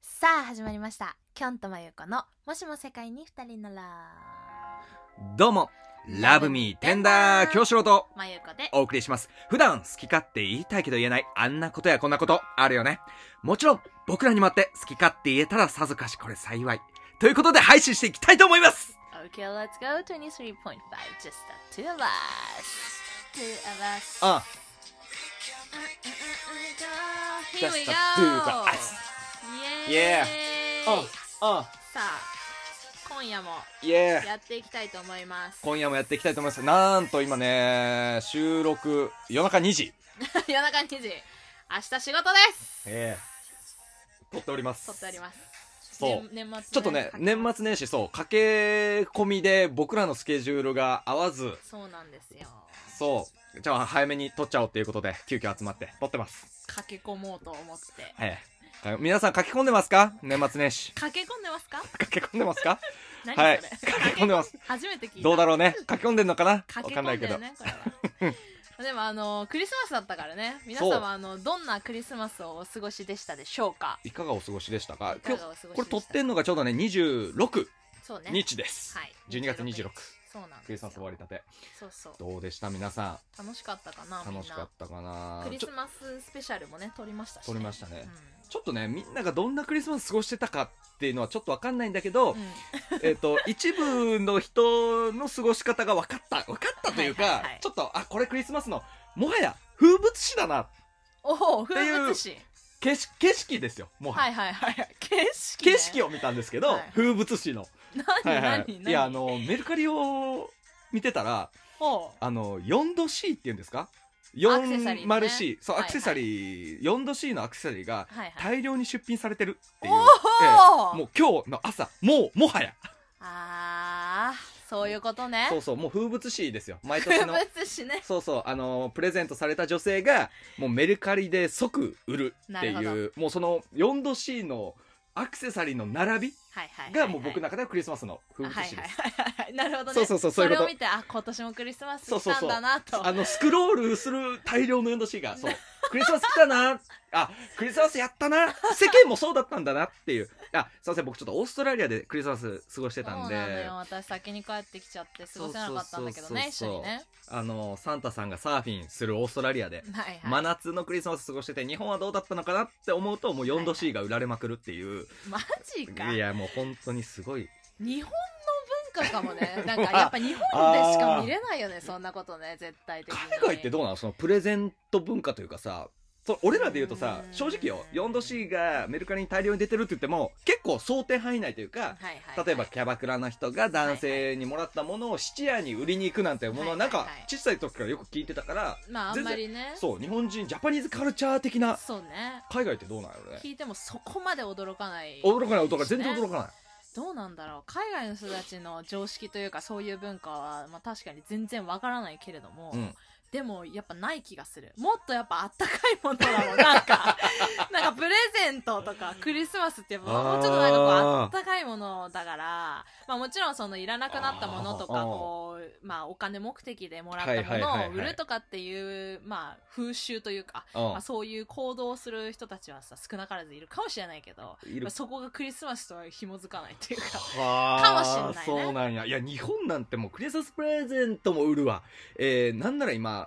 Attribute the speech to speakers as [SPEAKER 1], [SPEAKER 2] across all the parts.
[SPEAKER 1] さあ始まりましたきょんとまゆこのもしも世界に二人なら
[SPEAKER 2] どうも、ラブミーテンダー、京志郎と
[SPEAKER 1] まゆこで
[SPEAKER 2] お送りします。普段好き勝手言いたいけど言えないあんなことやこんなことあるよね。もちろん、僕らにもあって好き勝手言えたらさぞかしこれ幸い。ということで配信していきたいと思います
[SPEAKER 1] OK let's go 23.5 just the two of us two of us
[SPEAKER 2] あ、
[SPEAKER 1] here we go
[SPEAKER 2] Just the two of us
[SPEAKER 1] イエーイ
[SPEAKER 2] Yeah
[SPEAKER 1] さ
[SPEAKER 2] あ、
[SPEAKER 1] あ今夜も
[SPEAKER 2] イエーイ
[SPEAKER 1] やっていきたいと思います
[SPEAKER 2] 今夜もやっていきたいと思います。なんと今ね、収録、夜中2時。
[SPEAKER 1] 夜中2時明日仕事です
[SPEAKER 2] ええ撮っております。
[SPEAKER 1] 撮ってあります
[SPEAKER 2] そう
[SPEAKER 1] 年年末
[SPEAKER 2] ちょっとね、年末年始、そう、駆け込みで僕らのスケジュールが合わず、
[SPEAKER 1] そうなんですよ
[SPEAKER 2] そう。じゃあ早めに撮っちゃおうっていうことで、急遽集まって撮ってます。
[SPEAKER 1] 駆け込もうと思って
[SPEAKER 2] ええ。皆さん書き込んでますか年末 年始。
[SPEAKER 1] 駆け込んでますか
[SPEAKER 2] 書き込んでますか
[SPEAKER 1] 何それ、
[SPEAKER 2] はい。書き込んでます。
[SPEAKER 1] 初めて聞いた
[SPEAKER 2] どうだろうね書き込んでんのかなわ
[SPEAKER 1] 駆け
[SPEAKER 2] か
[SPEAKER 1] 込
[SPEAKER 2] んなんい
[SPEAKER 1] で
[SPEAKER 2] け
[SPEAKER 1] る
[SPEAKER 2] ど。
[SPEAKER 1] ねこれは でもあのクリスマスだったからね皆
[SPEAKER 2] そう
[SPEAKER 1] 様あのどんなクリスマスをお過ごしでしたでしょうか
[SPEAKER 2] いかがお過ごしでしたか
[SPEAKER 1] いか
[SPEAKER 2] 今
[SPEAKER 1] がお過ごしでした
[SPEAKER 2] 日、これ撮ってんのがちょうどね、26
[SPEAKER 1] そうね
[SPEAKER 2] 日です。
[SPEAKER 1] はい
[SPEAKER 2] 12月26
[SPEAKER 1] そうなんですよ
[SPEAKER 2] クリスマス終わりたて。
[SPEAKER 1] そうそう
[SPEAKER 2] どうでした皆さ。
[SPEAKER 1] 楽しかったかなん
[SPEAKER 2] 楽しかったかな
[SPEAKER 1] みんなクリ
[SPEAKER 2] ち
[SPEAKER 1] ス
[SPEAKER 2] ょ
[SPEAKER 1] マススペシャルもね撮りましたし、ね、
[SPEAKER 2] 撮りましたね
[SPEAKER 1] う
[SPEAKER 2] ちょっとね、みんながどんなクリスマス過ごしてたかっていうのはちょっとわかんないんだけ
[SPEAKER 1] ん、
[SPEAKER 2] ど
[SPEAKER 1] うん
[SPEAKER 2] えっと、一部の人の過ごし方が分かった。分かったというか、
[SPEAKER 1] はいはいはい
[SPEAKER 2] ちょっと、あ、これクリスマスの、もはや風物詩だな。
[SPEAKER 1] おお
[SPEAKER 2] ていう
[SPEAKER 1] 風物詩
[SPEAKER 2] 景色、景色ですよ。もはや。
[SPEAKER 1] はいはいはい景色、ね、
[SPEAKER 2] 景色を見たんですけど、
[SPEAKER 1] はい
[SPEAKER 2] 風物詩の。
[SPEAKER 1] 何、
[SPEAKER 2] はいはい。
[SPEAKER 1] 何何
[SPEAKER 2] いや、あの、メルカリを見てたら、
[SPEAKER 1] おう
[SPEAKER 2] あの、4度 C っていうんですか
[SPEAKER 1] アクセサリー
[SPEAKER 2] ?4
[SPEAKER 1] ね
[SPEAKER 2] 丸 C。そう、
[SPEAKER 1] はい
[SPEAKER 2] ア
[SPEAKER 1] はい
[SPEAKER 2] クセサリー、4度 C のアクセサリーが
[SPEAKER 1] はいはい
[SPEAKER 2] 大量に出品されてるっていう。
[SPEAKER 1] お
[SPEAKER 2] え
[SPEAKER 1] お
[SPEAKER 2] えもう今日の朝、もう、もはや。
[SPEAKER 1] ああそういうことね
[SPEAKER 2] そうそう、もう風物詩ですよ。毎年
[SPEAKER 1] 風
[SPEAKER 2] の。
[SPEAKER 1] 物詩ね
[SPEAKER 2] そうそう、あのープレゼントされた女性が、もうメルカリで即売るっ
[SPEAKER 1] な
[SPEAKER 2] て
[SPEAKER 1] るほど
[SPEAKER 2] いう、もうその4度 C のアクセサリーの並び
[SPEAKER 1] はいはいはいはい
[SPEAKER 2] が、もう僕の中ではクリスマスの風
[SPEAKER 1] はいは
[SPEAKER 2] 物
[SPEAKER 1] い
[SPEAKER 2] 詩です。
[SPEAKER 1] はいはいなるほどね
[SPEAKER 2] そうそうそうそういうこと
[SPEAKER 1] れを見てあ今年もクリスマス来たんだなと
[SPEAKER 2] あの、スクロールする大量の4度 C が、そう、クリスマス来たな、あ、クリスマスやったな、世間もそうだったんだなっていう。あ、すいません、僕ちょっとオーストラリアでクリスマス過ごしてたん
[SPEAKER 1] そうなの
[SPEAKER 2] で
[SPEAKER 1] よ、私先に帰ってきちゃって過ごせなかったんだけどね一
[SPEAKER 2] そ
[SPEAKER 1] 緒に
[SPEAKER 2] うそうそうそう
[SPEAKER 1] ね
[SPEAKER 2] あのーサンタさんがサーフィンするオーストラリアで、
[SPEAKER 1] はいはい、
[SPEAKER 2] 真夏のクリスマス過ごしてて日本はどうだったのかなって思うともう4度 C が売られまくるっていう、
[SPEAKER 1] マジか
[SPEAKER 2] い、やもう本当にすごい
[SPEAKER 1] 日本の文化かも ねなんかやっぱ日本でしか見れないよねそんなことね絶対的に
[SPEAKER 2] 海外ってどうなのそのプレゼント文化というかさそ俺らで言うとさ
[SPEAKER 1] うん
[SPEAKER 2] 正直よ4度 C がメルカリに大量に出てるって言っても結構想定範囲内というか
[SPEAKER 1] はいはいはい、
[SPEAKER 2] 例えばキャバクラの人が男性にもらったものを質屋に売りに行くなんていうものはな
[SPEAKER 1] は
[SPEAKER 2] ん
[SPEAKER 1] い
[SPEAKER 2] か
[SPEAKER 1] はいはい
[SPEAKER 2] 小さい時からよく聞いてたから
[SPEAKER 1] まああんまりねそう
[SPEAKER 2] そう日本人ジャパニーズカルチャー的な
[SPEAKER 1] ね
[SPEAKER 2] 海外ってどうなんやろね
[SPEAKER 1] 聞いてもそこまで驚かない
[SPEAKER 2] 驚かない驚かない全然驚かない
[SPEAKER 1] どうなんだろう海外の人たちの常識というかそういう文化は、まあ、確かに全然わからないけれども、
[SPEAKER 2] うん
[SPEAKER 1] でもやっぱない気がするもっとやっぱあったかいものだろうなんかなんかプレゼントとかクリスマスってやっぱ
[SPEAKER 2] あー
[SPEAKER 1] もうちょっとなんかこうあったかいものだからまあもちろんそのいらなくなったものとか
[SPEAKER 2] あー
[SPEAKER 1] こうまあお金目的でもらっ
[SPEAKER 2] はい
[SPEAKER 1] た
[SPEAKER 2] はいはい
[SPEAKER 1] もの
[SPEAKER 2] は
[SPEAKER 1] を
[SPEAKER 2] い
[SPEAKER 1] 売るとかっていうまあ風習というか、
[SPEAKER 2] うん
[SPEAKER 1] まあ、そういう行動をする人たちはさ少なからずいるかもしれないけど
[SPEAKER 2] いる
[SPEAKER 1] まあそこがクリスマスとは紐づかない っていうか
[SPEAKER 2] は
[SPEAKER 1] かもしんないね
[SPEAKER 2] そうなんやいや日本なんてもうクリスマスプレゼントも売るわえー、なんなら今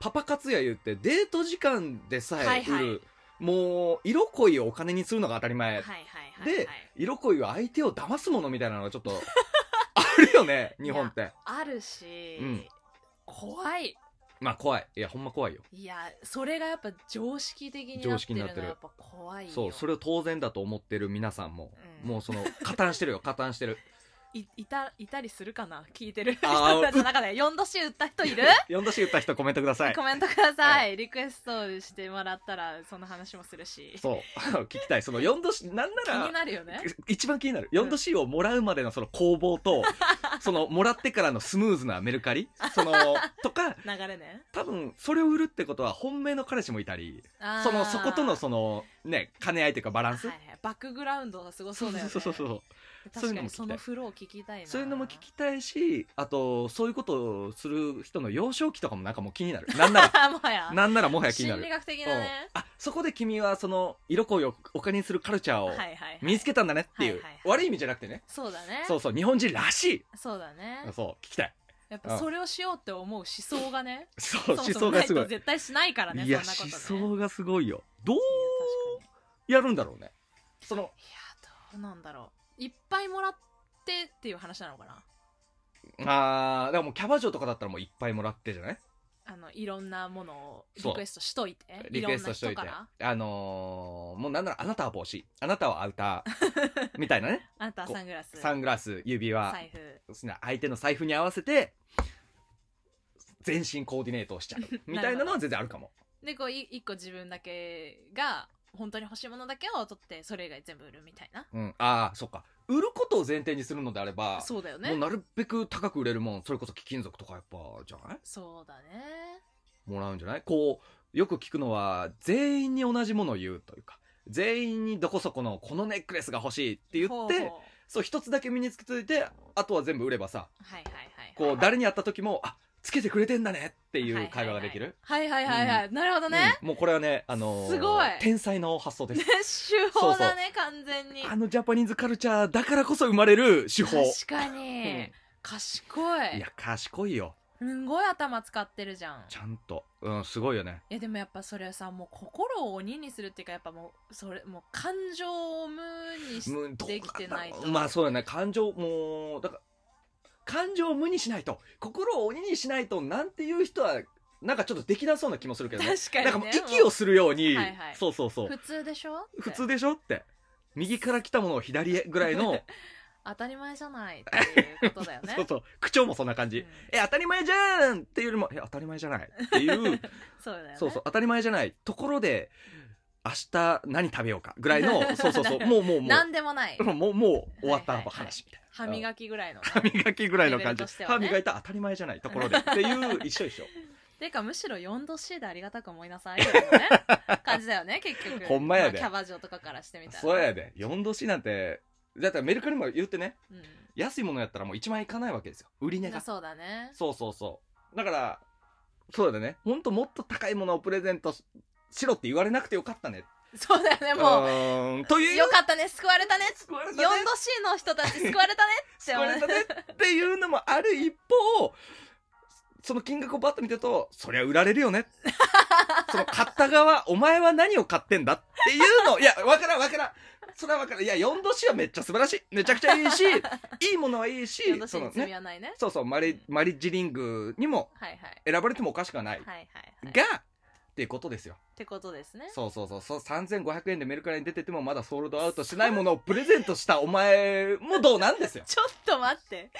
[SPEAKER 2] パパ活や言ってデート時間でさ
[SPEAKER 1] はい
[SPEAKER 2] え売る、
[SPEAKER 1] はい
[SPEAKER 2] もう色恋をお金にするのが当たり
[SPEAKER 1] は
[SPEAKER 2] 前、
[SPEAKER 1] いはいはい、はい、
[SPEAKER 2] で色恋は相手を騙すものみたいなのがちょっと あるよね日本って
[SPEAKER 1] あるし、
[SPEAKER 2] うん
[SPEAKER 1] 怖い
[SPEAKER 2] まあ怖いいやほんま怖いよ
[SPEAKER 1] いやそれがやっぱ常識的にな
[SPEAKER 2] 常
[SPEAKER 1] って
[SPEAKER 2] 識
[SPEAKER 1] る
[SPEAKER 2] に
[SPEAKER 1] のは
[SPEAKER 2] なってる
[SPEAKER 1] やっぱ怖いよ
[SPEAKER 2] そうそれを当然だと思ってる皆さんも、
[SPEAKER 1] うん
[SPEAKER 2] もうその加担してるよ加担してる
[SPEAKER 1] いいたいたりするかな聞いてる 人
[SPEAKER 2] あー
[SPEAKER 1] たちの中で4度 C 打った人いる
[SPEAKER 2] 4度し言った人コメントく ださい
[SPEAKER 1] コメントくださ、
[SPEAKER 2] はい
[SPEAKER 1] リクエストしてもらったらその話もするし
[SPEAKER 2] そう 聞きたいその4度しなんな
[SPEAKER 1] 気
[SPEAKER 2] ら
[SPEAKER 1] になるよね
[SPEAKER 2] 一番気になる
[SPEAKER 1] うん
[SPEAKER 2] 4度 C をもらうまでのその攻 防と、そのもらってからのスムーズなメルカリ そのとか
[SPEAKER 1] 流れね
[SPEAKER 2] 多分それを売るってことは本命の彼氏もいたり
[SPEAKER 1] あー
[SPEAKER 2] そのそことのそのね兼ね合いというかバランス、
[SPEAKER 1] はいはいバックグラウンドがすごそうだよね
[SPEAKER 2] そうそうそうそうい
[SPEAKER 1] 確
[SPEAKER 2] う
[SPEAKER 1] か
[SPEAKER 2] のも聞
[SPEAKER 1] に
[SPEAKER 2] きたい
[SPEAKER 1] そのフロー聞きたいな
[SPEAKER 2] そういうのも聞きたいしあとそういうことをする人の幼少期とかもなんかもう気になるなん なら
[SPEAKER 1] あもはや
[SPEAKER 2] なんならもはや気にな
[SPEAKER 1] 心
[SPEAKER 2] る
[SPEAKER 1] 理学的
[SPEAKER 2] う
[SPEAKER 1] なんね
[SPEAKER 2] あそこで君はその色恋をお金にするカルチャーを
[SPEAKER 1] はいはいはい
[SPEAKER 2] 身につけたんだねっていう、
[SPEAKER 1] はいはいはい
[SPEAKER 2] 悪い意味じゃなくてね
[SPEAKER 1] そうだね
[SPEAKER 2] そうそう日本人らしい
[SPEAKER 1] そうだね
[SPEAKER 2] そう聞きたい
[SPEAKER 1] やっぱそれをしようって思う思想がね
[SPEAKER 2] そう
[SPEAKER 1] そもそ
[SPEAKER 2] 思
[SPEAKER 1] も
[SPEAKER 2] 想
[SPEAKER 1] な
[SPEAKER 2] が
[SPEAKER 1] い
[SPEAKER 2] すご
[SPEAKER 1] と
[SPEAKER 2] い
[SPEAKER 1] 絶対しないからね
[SPEAKER 2] いや
[SPEAKER 1] そんなことね
[SPEAKER 2] 思想がすごいよどう
[SPEAKER 1] いや確かに
[SPEAKER 2] やるんだろうねその
[SPEAKER 1] いやどうなんだろういっぱいもらってっていう話なのかな
[SPEAKER 2] あーだからもうキャバ嬢とかだったらもういっぱいもらってじゃない
[SPEAKER 1] あのいろんなものを
[SPEAKER 2] そう
[SPEAKER 1] リクエストしといて
[SPEAKER 2] リクエストしといて
[SPEAKER 1] ろんな人から
[SPEAKER 2] あのーもうなんならあなたは帽子あなたはアウター みたいなね
[SPEAKER 1] あなたはサングラス
[SPEAKER 2] サングラス指輪
[SPEAKER 1] 財布
[SPEAKER 2] そんな相手の財布に合わせて全身コーディネートをし ちゃうみたいなのは全然あるかも
[SPEAKER 1] でこうい一個自分だけが本当に欲しいものだけを取ってそれ以外全部売るみたいな
[SPEAKER 2] うん、ああそっか売ることを前提にするのであれば
[SPEAKER 1] そうだよ
[SPEAKER 2] もう
[SPEAKER 1] ね
[SPEAKER 2] なるべく高く売れるもんそれこそ貴金属とかやっぱじゃない
[SPEAKER 1] そうだね
[SPEAKER 2] もらうんじゃないこうよく聞くのは全員に同じものを言うというか全員にどこそこのこのネックレスが欲しいって言って
[SPEAKER 1] ほうほう
[SPEAKER 2] そう一つだけ身につけといてあとは全部売ればさ
[SPEAKER 1] はいはいはい
[SPEAKER 2] こう誰に会った時もあつけてくれてんだねっていう会話ができる、
[SPEAKER 1] はいはいはいはい、なるほどね、
[SPEAKER 2] うんもうこれはね、あのー
[SPEAKER 1] すごい
[SPEAKER 2] 天才の発想で
[SPEAKER 1] ね
[SPEAKER 2] す
[SPEAKER 1] 手法だね完全に
[SPEAKER 2] あのジャパニーズカルチャーだからこそ生まれる手法
[SPEAKER 1] 確かに、
[SPEAKER 2] ん
[SPEAKER 1] 賢い
[SPEAKER 2] いや賢いよ
[SPEAKER 1] すごい頭使ってるじゃん
[SPEAKER 2] ちゃんとうんすごいよね
[SPEAKER 1] いやでもやっぱそれはさもう心を鬼にするっていうかやっぱもうそれもう感情を無にし
[SPEAKER 2] うんどう
[SPEAKER 1] できてないと
[SPEAKER 2] まあそうだね感情もうだから感情を無にしないと心を鬼にしないとなんていう人はなんかちょっとできなそうな気もするけどね
[SPEAKER 1] 確かに、ね、
[SPEAKER 2] なんかもう息をするように、
[SPEAKER 1] はいはい
[SPEAKER 2] そうそう
[SPEAKER 1] も
[SPEAKER 2] そ
[SPEAKER 1] う
[SPEAKER 2] う
[SPEAKER 1] 普通でしょって
[SPEAKER 2] 普通でしょって右から来たものを左へぐら いの、
[SPEAKER 1] 当たり前じゃないっていうことだよね
[SPEAKER 2] そうそう口調もそんな感じ、
[SPEAKER 1] うん
[SPEAKER 2] え当たり前じゃんっていうよりもえ当たり前じゃないって いう、
[SPEAKER 1] そうだよね
[SPEAKER 2] そうそう当たり前じゃないところで明日何食べようかぐら いのそうそうそうもうもうも
[SPEAKER 1] なんでもないう
[SPEAKER 2] もうもう終わった
[SPEAKER 1] はいはいはい
[SPEAKER 2] 話みたいな、
[SPEAKER 1] 歯磨きぐらいのね、
[SPEAKER 2] 歯磨きぐらいの
[SPEAKER 1] レベ
[SPEAKER 2] 感
[SPEAKER 1] ル
[SPEAKER 2] じ、
[SPEAKER 1] としては
[SPEAKER 2] 歯
[SPEAKER 1] ね
[SPEAKER 2] 磨いたら当たり前じゃないところでっていう一緒一緒
[SPEAKER 1] ていうかむしろ 4°C でありがたく思いなさいっていうね感じだよ ね結局
[SPEAKER 2] ほんまやで
[SPEAKER 1] あキャバ嬢とかから してみたら
[SPEAKER 2] そうやで4度 C なんてだってメルカリも言ってね
[SPEAKER 1] うん
[SPEAKER 2] 安いものやったらもう1万円いかないわけですよ売り値が
[SPEAKER 1] そうだね
[SPEAKER 2] そうそうそうだからそうだねほんともっと高いものをプレゼントししろって言われなくてよかったね
[SPEAKER 1] そうだよねもう
[SPEAKER 2] うーんという
[SPEAKER 1] よかったね救われたね
[SPEAKER 2] 救われ
[SPEAKER 1] 4°C
[SPEAKER 2] たね
[SPEAKER 1] の人たち救われたねって
[SPEAKER 2] 救
[SPEAKER 1] 思
[SPEAKER 2] わ
[SPEAKER 1] う
[SPEAKER 2] れたねっていうのもある一方その金額をバッと見てるとそりゃ売られる よねその買った側お前は何を買ってんだっていうのいやわからんわからんそれはわからんいや4度 C はめっちゃ素晴らしいめちゃくちゃ いいしいいものはいいし
[SPEAKER 1] 4度
[SPEAKER 2] そ
[SPEAKER 1] に
[SPEAKER 2] の
[SPEAKER 1] 罪
[SPEAKER 2] ね
[SPEAKER 1] はないね
[SPEAKER 2] そうそうマリマリッジリングにも
[SPEAKER 1] はいはい
[SPEAKER 2] 選ばれてもおかしくはない、
[SPEAKER 1] はいはいはい
[SPEAKER 2] がっていうことですよ
[SPEAKER 1] ってことですね
[SPEAKER 2] そうそうそうそう3500円でメルカリに出ててもまだソールドアウトしないものをプレゼントしたお前もどうなんですよ
[SPEAKER 1] ちょっと待って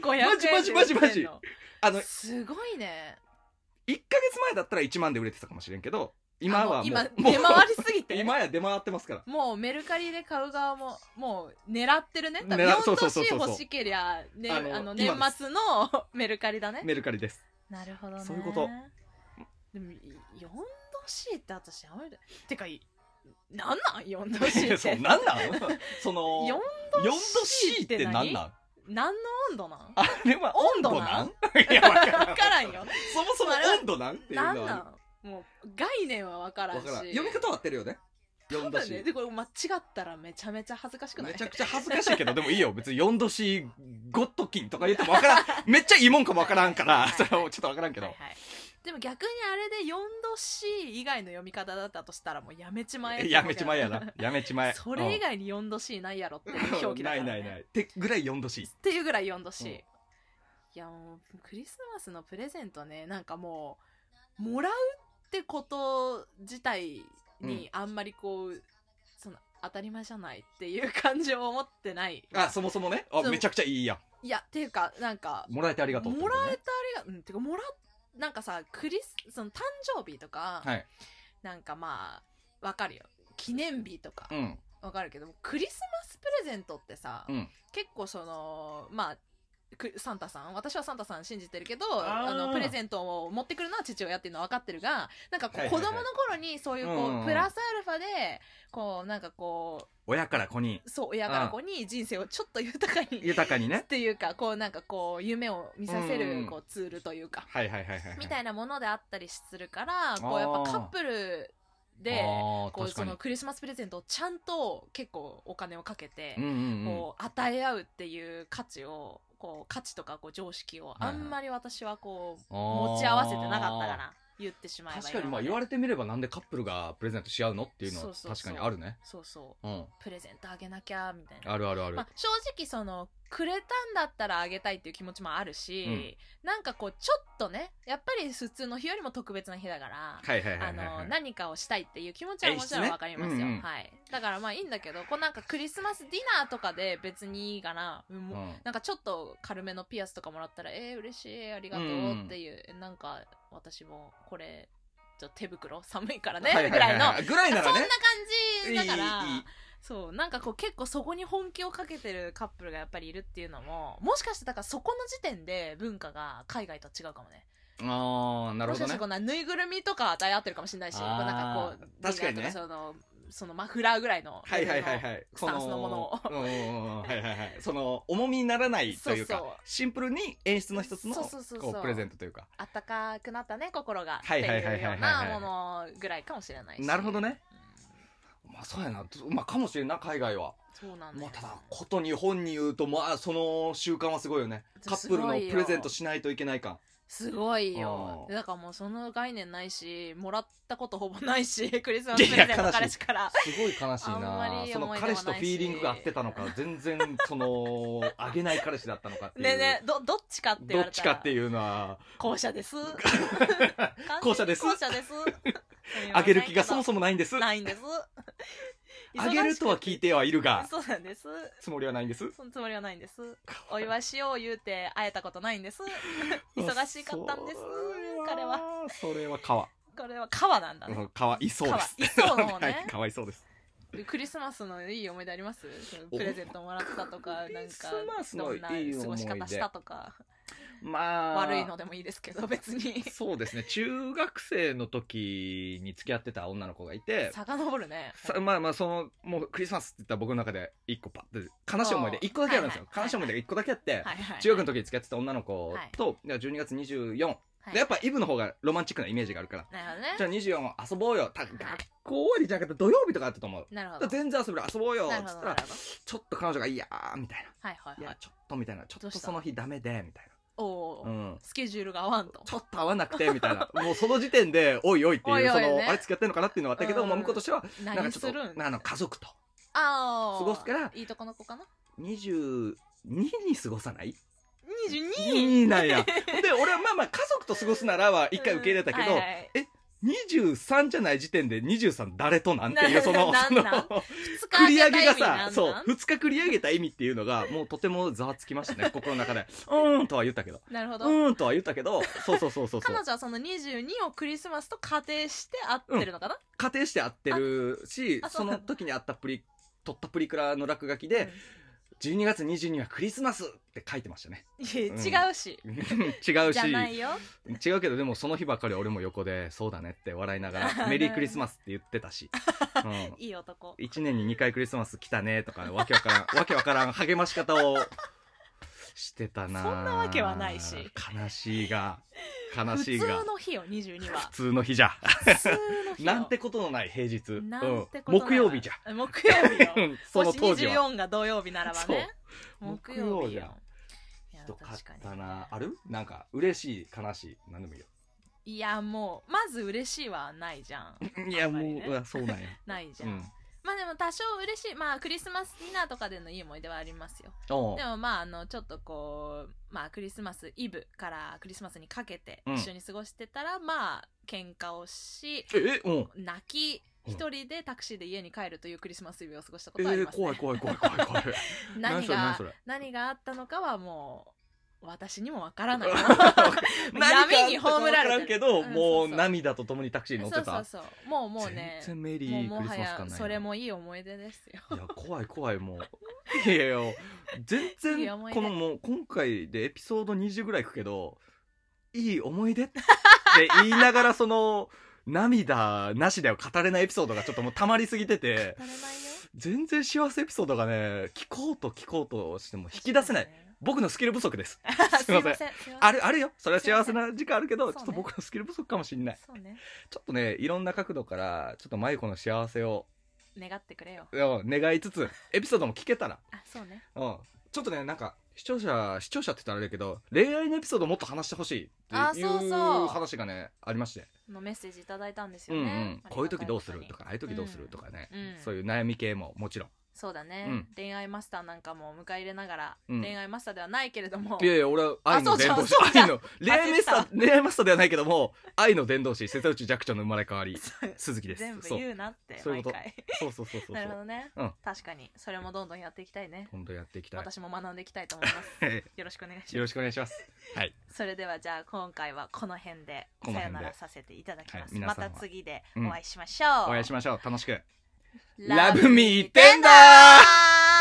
[SPEAKER 1] 3500円で
[SPEAKER 2] マジマジマジマジ
[SPEAKER 1] 売ってんの
[SPEAKER 2] あの
[SPEAKER 1] すごいね
[SPEAKER 2] 1ヶ月前だったら1万で売れてたかもしれんけど、今はも
[SPEAKER 1] あの
[SPEAKER 2] う。
[SPEAKER 1] 今
[SPEAKER 2] もう
[SPEAKER 1] 出回りすぎて
[SPEAKER 2] 今や出回ってますから。
[SPEAKER 1] もうメルカリで買う側ももう狙ってるね多分
[SPEAKER 2] 狙そうそう
[SPEAKER 1] 4°C
[SPEAKER 2] そうそう
[SPEAKER 1] 欲しけりゃ、ね、
[SPEAKER 2] あ
[SPEAKER 1] あの
[SPEAKER 2] の今で
[SPEAKER 1] 年
[SPEAKER 2] す
[SPEAKER 1] 末のメルカリだね
[SPEAKER 2] メルカリです。
[SPEAKER 1] なるほどね
[SPEAKER 2] そういうこと
[SPEAKER 1] でも 4°C って私あんまりてかいなんなん 4°C っ
[SPEAKER 2] そ
[SPEAKER 1] て
[SPEAKER 2] う、なんなんその、
[SPEAKER 1] 4
[SPEAKER 2] 4°C ってなんなん
[SPEAKER 1] 何の温度なん
[SPEAKER 2] あれは温度なん いや、わからん
[SPEAKER 1] 分からんよ
[SPEAKER 2] そもそも
[SPEAKER 1] あれは
[SPEAKER 2] 温度なんっていうのは
[SPEAKER 1] な
[SPEAKER 2] ある。
[SPEAKER 1] んなんもう概念は分からん
[SPEAKER 2] わ
[SPEAKER 1] し
[SPEAKER 2] からん。読み方は合ってるよね。
[SPEAKER 1] 多分ね
[SPEAKER 2] 4°C
[SPEAKER 1] で。これ間違ったらめちゃめちゃ恥ずかしくな
[SPEAKER 2] め
[SPEAKER 1] い
[SPEAKER 2] ちゃくちゃ恥ずかしいけど、でもいいよ。別に 4°C ゴットキンとか言ってもわか らん。めっちゃいいもんかもわからんから、それはちょっとわからんけど
[SPEAKER 1] はい。はい、でも逆にあれで 4°C 以外の読み方だったとしたらもうやめちまえ
[SPEAKER 2] やめちまえや
[SPEAKER 1] っ
[SPEAKER 2] な
[SPEAKER 1] て。
[SPEAKER 2] やめちま
[SPEAKER 1] 思うけ
[SPEAKER 2] え。
[SPEAKER 1] どそれ以外に 4°C ないやろっていう
[SPEAKER 2] うん
[SPEAKER 1] 表記だから、ね、
[SPEAKER 2] ないないない
[SPEAKER 1] っ
[SPEAKER 2] い。ってぐらい 4°C。
[SPEAKER 1] ていうぐらい 4°C、
[SPEAKER 2] うん
[SPEAKER 1] いやもうクリスマスのプレゼントねなんかもうもらうってこと自体にあんまりこう、その当たり前じゃないっていう感情を持ってない
[SPEAKER 2] あ、そもそもね。あ、
[SPEAKER 1] そう
[SPEAKER 2] めちゃくちゃいいやん。
[SPEAKER 1] いやっていうかなんか
[SPEAKER 2] もらえてありがとうって
[SPEAKER 1] も
[SPEAKER 2] こ
[SPEAKER 1] ら
[SPEAKER 2] とね、
[SPEAKER 1] えたあれがうんてかもらなんかさクリスその誕生日とか、
[SPEAKER 2] はい
[SPEAKER 1] なんかまあわかるよ記念日とか
[SPEAKER 2] うん
[SPEAKER 1] わかるけどクリスマスプレゼントってさ、
[SPEAKER 2] うん
[SPEAKER 1] 結構そのまあくサンタさん私はサンタさん信じてるけど
[SPEAKER 2] あー
[SPEAKER 1] あのプレゼントを持ってくるのは父親っていうのは分かってるがなんかこ
[SPEAKER 2] は
[SPEAKER 1] う
[SPEAKER 2] い
[SPEAKER 1] 子
[SPEAKER 2] はい
[SPEAKER 1] 供
[SPEAKER 2] はい
[SPEAKER 1] の頃にそういうこう、
[SPEAKER 2] うんうん
[SPEAKER 1] プラスアルファでこうなんかこ
[SPEAKER 2] 親から子に
[SPEAKER 1] うそう親から子に人生をちょっと豊かに
[SPEAKER 2] 豊かに
[SPEAKER 1] っ
[SPEAKER 2] ね
[SPEAKER 1] ていうかこうなんかこう夢を見させ
[SPEAKER 2] うんう
[SPEAKER 1] る
[SPEAKER 2] ん
[SPEAKER 1] こうツールというか
[SPEAKER 2] はいはいはいはいはい
[SPEAKER 1] みたいなものであったりするからこ
[SPEAKER 2] あ
[SPEAKER 1] う
[SPEAKER 2] ー
[SPEAKER 1] やっぱカップルで
[SPEAKER 2] あー
[SPEAKER 1] こう
[SPEAKER 2] 確か
[SPEAKER 1] そ
[SPEAKER 2] に
[SPEAKER 1] のクリスマスプレゼントをちゃんと結構お金をかけて
[SPEAKER 2] うんうんうん
[SPEAKER 1] こう与え合うっていう価値をこう価値とかこう常識を
[SPEAKER 2] いは
[SPEAKER 1] あ
[SPEAKER 2] い
[SPEAKER 1] んまり私はこう
[SPEAKER 2] あー
[SPEAKER 1] 持ち合わせてなかったから言ってしまえば
[SPEAKER 2] 確かにまあ
[SPEAKER 1] 今ま
[SPEAKER 2] 言
[SPEAKER 1] で
[SPEAKER 2] われてみればなんでカップルがプレゼントし合うのっていうの
[SPEAKER 1] そ
[SPEAKER 2] は
[SPEAKER 1] うそう
[SPEAKER 2] 確
[SPEAKER 1] そ
[SPEAKER 2] か
[SPEAKER 1] う
[SPEAKER 2] にあるね
[SPEAKER 1] そうそう
[SPEAKER 2] うん
[SPEAKER 1] プレゼントあげなきゃみたいな
[SPEAKER 2] あるあるある
[SPEAKER 1] まあ、正直そのくれたんだったらあげたいっていう気持ちもあるし、なんかこうちょっとねやっぱり普通の日よりも特別な日だから、
[SPEAKER 2] はいはいはい
[SPEAKER 1] あ
[SPEAKER 2] はいは
[SPEAKER 1] の
[SPEAKER 2] い
[SPEAKER 1] 何かをしたいっていう気持ちはもちろ
[SPEAKER 2] 演出
[SPEAKER 1] ん
[SPEAKER 2] ね
[SPEAKER 1] わかりますよ、
[SPEAKER 2] うんうん
[SPEAKER 1] はい、だからまあいいんだけどこうなんかクリスマスディナーとかで別にいいかな、うんもう
[SPEAKER 2] うん
[SPEAKER 1] なんかちょっと軽めのピアスとかもらったらえー、嬉しいありがとうっていう、なんか私もこれちょっと手袋寒いからね、
[SPEAKER 2] はい
[SPEAKER 1] ぐ
[SPEAKER 2] は
[SPEAKER 1] ら
[SPEAKER 2] はい
[SPEAKER 1] の
[SPEAKER 2] はぐらいな
[SPEAKER 1] そんな
[SPEAKER 2] らね
[SPEAKER 1] 感じだから
[SPEAKER 2] いいいいいい
[SPEAKER 1] そうなんかこう結構そこに本気をかけてるカップルがやっぱりいるっていうのももしかしてだからそこの時点で文化が海外とは違うかもね
[SPEAKER 2] ああなる
[SPEAKER 1] も
[SPEAKER 2] ほ
[SPEAKER 1] しか
[SPEAKER 2] ど
[SPEAKER 1] して
[SPEAKER 2] ね
[SPEAKER 1] こんなぬいぐるみとか与え合ってるかもしれないし
[SPEAKER 2] あ
[SPEAKER 1] こう
[SPEAKER 2] ー
[SPEAKER 1] なんかこう
[SPEAKER 2] 確かにね
[SPEAKER 1] ディナーとそのそのマフラーぐらいの
[SPEAKER 2] はいはいはいはい
[SPEAKER 1] スタンスのものを
[SPEAKER 2] そうんうんうんはいはいはいその重みにならないという
[SPEAKER 1] そうそう
[SPEAKER 2] かシンプルに演出の一つの
[SPEAKER 1] そうそうそうそう
[SPEAKER 2] こうプレゼントというか
[SPEAKER 1] あったかくなったね心がって
[SPEAKER 2] はいいうはいはいはいはい
[SPEAKER 1] ようなものぐらいかもしれないし
[SPEAKER 2] なるほどね
[SPEAKER 1] うん
[SPEAKER 2] まあそうやなまあかもしれんな海外は
[SPEAKER 1] そうなんだ
[SPEAKER 2] ま
[SPEAKER 1] よ
[SPEAKER 2] あただこと日本に言うとまあその習慣はすごいよねカップルのプレゼントしないといけない感
[SPEAKER 1] すごいよ
[SPEAKER 2] う。ん
[SPEAKER 1] だからもうその概念ないし、もらったことほぼないし、クリスマスプレゼン
[SPEAKER 2] いや
[SPEAKER 1] ト
[SPEAKER 2] 悲しい
[SPEAKER 1] 彼氏から。
[SPEAKER 2] すごい悲しい
[SPEAKER 1] あんま
[SPEAKER 2] な
[SPEAKER 1] り
[SPEAKER 2] その
[SPEAKER 1] 思い出も
[SPEAKER 2] 彼氏と
[SPEAKER 1] な
[SPEAKER 2] フ
[SPEAKER 1] いし
[SPEAKER 2] ィーリングが合ってたのか全然そのあげない彼氏だったのかっていう
[SPEAKER 1] ねえねえ、ど、どっちかって言
[SPEAKER 2] ど
[SPEAKER 1] わ
[SPEAKER 2] っ
[SPEAKER 1] れ
[SPEAKER 2] ち
[SPEAKER 1] た。
[SPEAKER 2] からっていうのは
[SPEAKER 1] 後者 です。
[SPEAKER 2] 後者です
[SPEAKER 1] 後者です。
[SPEAKER 2] あげる気がそも
[SPEAKER 1] も
[SPEAKER 2] そもないんです
[SPEAKER 1] ないんです。
[SPEAKER 2] あげるとは聞いてはいるが
[SPEAKER 1] そうなんです。
[SPEAKER 2] つもりはないんです
[SPEAKER 1] そのつもりはないんです。お祝いしよう言うて会えたことないん です。忙しかったんです
[SPEAKER 2] それ
[SPEAKER 1] 彼は
[SPEAKER 2] それはかわ
[SPEAKER 1] これは川なんだ
[SPEAKER 2] う
[SPEAKER 1] ね。
[SPEAKER 2] んかわいそうです
[SPEAKER 1] かわいそうの方ね
[SPEAKER 2] はいかわいそうです
[SPEAKER 1] クリスマスのいい思い出ありますそのプレゼントもらったとか、なんか、
[SPEAKER 2] クリスマスの
[SPEAKER 1] どん
[SPEAKER 2] いい
[SPEAKER 1] な
[SPEAKER 2] 思い出
[SPEAKER 1] 過ごし方したとか。
[SPEAKER 2] まあ
[SPEAKER 1] 悪いのでもいいですけど別に
[SPEAKER 2] そうですね中学生の時に付き合ってた女の子がいて
[SPEAKER 1] 遡るね
[SPEAKER 2] さまあまあそのもうクリスマスって言ったら僕の中で一個パッて悲しい思い出
[SPEAKER 1] おー
[SPEAKER 2] 一個だけあるんですよ、
[SPEAKER 1] はいはい
[SPEAKER 2] 悲しい思い出が一個だけあって、
[SPEAKER 1] はいはい
[SPEAKER 2] 中学の時に付き合ってた女の子と、いや12月24、
[SPEAKER 1] はい
[SPEAKER 2] でやっぱイブの方がロマンチックなイメージがあるから、
[SPEAKER 1] なるほどね
[SPEAKER 2] じゃあ24遊ぼうよた学校終わりじゃなくて土曜日とかだったと思う
[SPEAKER 1] なるほ
[SPEAKER 2] だ
[SPEAKER 1] ど
[SPEAKER 2] から全然遊べる遊ぼうよ
[SPEAKER 1] な
[SPEAKER 2] っ
[SPEAKER 1] る
[SPEAKER 2] つっ
[SPEAKER 1] ほ
[SPEAKER 2] た
[SPEAKER 1] どな
[SPEAKER 2] ら
[SPEAKER 1] るほど
[SPEAKER 2] ちょっと彼女が「いやー」みたいな
[SPEAKER 1] はいは
[SPEAKER 2] 「い
[SPEAKER 1] いはい
[SPEAKER 2] やちょっと」みたいな「ちょ
[SPEAKER 1] ど
[SPEAKER 2] っ
[SPEAKER 1] う
[SPEAKER 2] と
[SPEAKER 1] した
[SPEAKER 2] その日ダメで」みたい
[SPEAKER 1] おお
[SPEAKER 2] な、うん、
[SPEAKER 1] スケジュールが合わんと
[SPEAKER 2] ちょっと合わなくてみたい なもうその時点で「おいおい」っていう
[SPEAKER 1] おいおいね
[SPEAKER 2] そのあれ付き合ってんのかなっていうのがあったけど、
[SPEAKER 1] うん
[SPEAKER 2] まあ向こうとしてはなん
[SPEAKER 1] 何
[SPEAKER 2] かち
[SPEAKER 1] す
[SPEAKER 2] ょっ
[SPEAKER 1] るん
[SPEAKER 2] とあの家族と
[SPEAKER 1] ああ
[SPEAKER 2] 過ごすから
[SPEAKER 1] いいとこの子かな
[SPEAKER 2] 22に過ごさない
[SPEAKER 1] 22
[SPEAKER 2] ?2 なんや。で、俺はまあまあ家族と過ごすならは一回受け入れたけ
[SPEAKER 1] う
[SPEAKER 2] ど、
[SPEAKER 1] んはいはい
[SPEAKER 2] 23じゃない時点で23誰となんていう、
[SPEAKER 1] な
[SPEAKER 2] その、
[SPEAKER 1] な
[SPEAKER 2] そ
[SPEAKER 1] んなん
[SPEAKER 2] の、
[SPEAKER 1] 二日
[SPEAKER 2] 繰り上げが
[SPEAKER 1] 開けた意味なんな
[SPEAKER 2] さ、
[SPEAKER 1] ん
[SPEAKER 2] そう、2日繰り上げた意味っていうのが、もうとてもざわつきましたね、心の中で。うーんとは言ったけど。
[SPEAKER 1] なるほ
[SPEAKER 2] う
[SPEAKER 1] ど
[SPEAKER 2] ーんとは言ったけど、 そうそうそうそうそ
[SPEAKER 1] 彼
[SPEAKER 2] う。
[SPEAKER 1] 女はその22をクリスマスと仮定して会ってるのかな
[SPEAKER 2] 仮定して会ってるし
[SPEAKER 1] あ、あそ
[SPEAKER 2] そう
[SPEAKER 1] なんだ
[SPEAKER 2] の時に会ったプリ、撮ったプリクラの落書きで、12月22はクリスマスって書いてましたね。
[SPEAKER 1] うんいや違うし
[SPEAKER 2] 違うし
[SPEAKER 1] じ、ゃないよ
[SPEAKER 2] 違うけどでもその日ばっかり俺も横で「そうだね」って笑いな がら「メリークリスマス」って言ってたし、うん、
[SPEAKER 1] いい男
[SPEAKER 2] 1年に2回クリスマス来たねとかわけわから んわけわからん励まし方をしてたな
[SPEAKER 1] そんなわけはないし
[SPEAKER 2] 悲しいが悲
[SPEAKER 1] 普
[SPEAKER 2] しい
[SPEAKER 1] 通
[SPEAKER 2] が
[SPEAKER 1] の日よ22は
[SPEAKER 2] 普通の日じゃ
[SPEAKER 1] 普通の日よ
[SPEAKER 2] なんてことのない平日
[SPEAKER 1] なんてことな
[SPEAKER 2] うん
[SPEAKER 1] いわ
[SPEAKER 2] 木曜日じゃ
[SPEAKER 1] 木曜日よ
[SPEAKER 2] その当時は
[SPEAKER 1] もし24が土曜日ならばね
[SPEAKER 2] そう
[SPEAKER 1] 木曜
[SPEAKER 2] 木曜
[SPEAKER 1] 日
[SPEAKER 2] じ
[SPEAKER 1] よ
[SPEAKER 2] ゃん
[SPEAKER 1] いや
[SPEAKER 2] ひどかっ
[SPEAKER 1] 確か
[SPEAKER 2] た
[SPEAKER 1] に
[SPEAKER 2] なあるなんか嬉しい悲しい何でもいいよ
[SPEAKER 1] いやもうまず嬉しいはないじゃ ん
[SPEAKER 2] いや
[SPEAKER 1] んま
[SPEAKER 2] もう
[SPEAKER 1] りね
[SPEAKER 2] うわそう なんや
[SPEAKER 1] ないじゃ、
[SPEAKER 2] うんん
[SPEAKER 1] まあでも多少嬉しいまあクリスマスディナーとかでのいい思い出はありますよ
[SPEAKER 2] おう
[SPEAKER 1] でもまああのちょっとこうまあクリスマスイブからクリスマスにかけて
[SPEAKER 2] うん
[SPEAKER 1] 一緒に過ごしてたら、まあ喧嘩をし
[SPEAKER 2] ええうん
[SPEAKER 1] 泣き
[SPEAKER 2] うん
[SPEAKER 1] 一人でタクシーで家に帰るというクリスマスイブを過ごしたこ
[SPEAKER 2] え
[SPEAKER 1] とはあります、ね
[SPEAKER 2] 怖い怖い怖い怖い 怖い
[SPEAKER 1] 何
[SPEAKER 2] それ何
[SPEAKER 1] が
[SPEAKER 2] それ
[SPEAKER 1] 何があったのかはもう私にもわから ない
[SPEAKER 2] 何
[SPEAKER 1] 闇に葬られ
[SPEAKER 2] かあったか分からん
[SPEAKER 1] て
[SPEAKER 2] け
[SPEAKER 1] る
[SPEAKER 2] ど、
[SPEAKER 1] うん
[SPEAKER 2] もう
[SPEAKER 1] そうそう
[SPEAKER 2] 涙とともにタクシーに乗って
[SPEAKER 1] そう
[SPEAKER 2] た
[SPEAKER 1] そうそうもうもうね
[SPEAKER 2] 全然メリ
[SPEAKER 1] もう
[SPEAKER 2] ーク
[SPEAKER 1] も
[SPEAKER 2] リス
[SPEAKER 1] は
[SPEAKER 2] マス感
[SPEAKER 1] や
[SPEAKER 2] ない な
[SPEAKER 1] それもいい思い出ですよ
[SPEAKER 2] いや怖い怖いもう いやいや全
[SPEAKER 1] いい
[SPEAKER 2] 然
[SPEAKER 1] 思い出
[SPEAKER 2] このもう今回でエピソード20ぐらいいくけどいい思い出って言いながらその涙なしでは語れないエピソードがちょっともう溜まりすぎてて
[SPEAKER 1] 語れないよ
[SPEAKER 2] 全然幸せエピソードがね聞こうと聞こうとしても引き出せない僕のスキル不足です
[SPEAKER 1] す
[SPEAKER 2] すい
[SPEAKER 1] い
[SPEAKER 2] ま
[SPEAKER 1] ま
[SPEAKER 2] せ
[SPEAKER 1] せ
[SPEAKER 2] ん
[SPEAKER 1] ん
[SPEAKER 2] あるあるよそれは幸せな時間あるけど、
[SPEAKER 1] そうね
[SPEAKER 2] ちょっと僕のスキル不足かもしんない
[SPEAKER 1] そうね
[SPEAKER 2] ちょっとねいろんな角度からちょっとマユコの幸せを
[SPEAKER 1] 願ってくれよ
[SPEAKER 2] うん願いつつエピソードも聞けたら
[SPEAKER 1] あそうね
[SPEAKER 2] うん。ちょっとね、なんか、視聴者、視聴者って言ったらあれだけど、恋愛のエピソードもっと話してほしい
[SPEAKER 1] あ
[SPEAKER 2] ってい
[SPEAKER 1] そうそう
[SPEAKER 2] う話がね、ありまして。
[SPEAKER 1] のメッセージいただいたんです
[SPEAKER 2] う
[SPEAKER 1] よ
[SPEAKER 2] んう
[SPEAKER 1] ね、
[SPEAKER 2] ん。こういう時どうすると
[SPEAKER 1] か
[SPEAKER 2] か、ああいう時どうするとかね、
[SPEAKER 1] うん
[SPEAKER 2] そういう悩み系ももちろん。
[SPEAKER 1] そうだね、
[SPEAKER 2] うん
[SPEAKER 1] 恋愛マスターなんかも迎え入れながら、
[SPEAKER 2] うん
[SPEAKER 1] 恋愛マスターではないけれども
[SPEAKER 2] いやいや、俺は愛の
[SPEAKER 1] あそうじ
[SPEAKER 2] 伝
[SPEAKER 1] ゃん
[SPEAKER 2] 道師
[SPEAKER 1] そう。じゃん
[SPEAKER 2] 愛の、恋愛マスタ
[SPEAKER 1] 焦っ
[SPEAKER 2] ー、恋愛マスターではないけども、愛の伝道師、瀬戸内寂聴の生まれ変わり、鈴木で す。
[SPEAKER 1] 全部
[SPEAKER 2] そう
[SPEAKER 1] 言うなって
[SPEAKER 2] そうい
[SPEAKER 1] 毎
[SPEAKER 2] うこと
[SPEAKER 1] 回
[SPEAKER 2] そうそうそうそう
[SPEAKER 1] な
[SPEAKER 2] そ
[SPEAKER 1] るほ
[SPEAKER 2] う。
[SPEAKER 1] どね、
[SPEAKER 2] うん
[SPEAKER 1] 確かにそれもどんどんやっていきたいね
[SPEAKER 2] 今度やっていきたい。
[SPEAKER 1] 私も学んでいきたいと思いますよろしくお願いし ま
[SPEAKER 2] よろしくお願いします。はい。
[SPEAKER 1] すそれではじゃあ今回はこの辺で
[SPEAKER 2] この
[SPEAKER 1] さよ
[SPEAKER 2] 辺で
[SPEAKER 1] ならさせていただき
[SPEAKER 2] は
[SPEAKER 1] ま
[SPEAKER 2] い
[SPEAKER 1] す、
[SPEAKER 2] 皆
[SPEAKER 1] ま
[SPEAKER 2] さんは
[SPEAKER 1] た次で
[SPEAKER 2] うん
[SPEAKER 1] お会いしましょう、
[SPEAKER 2] お会いしましょう。楽しく。
[SPEAKER 1] ラブミーテンダー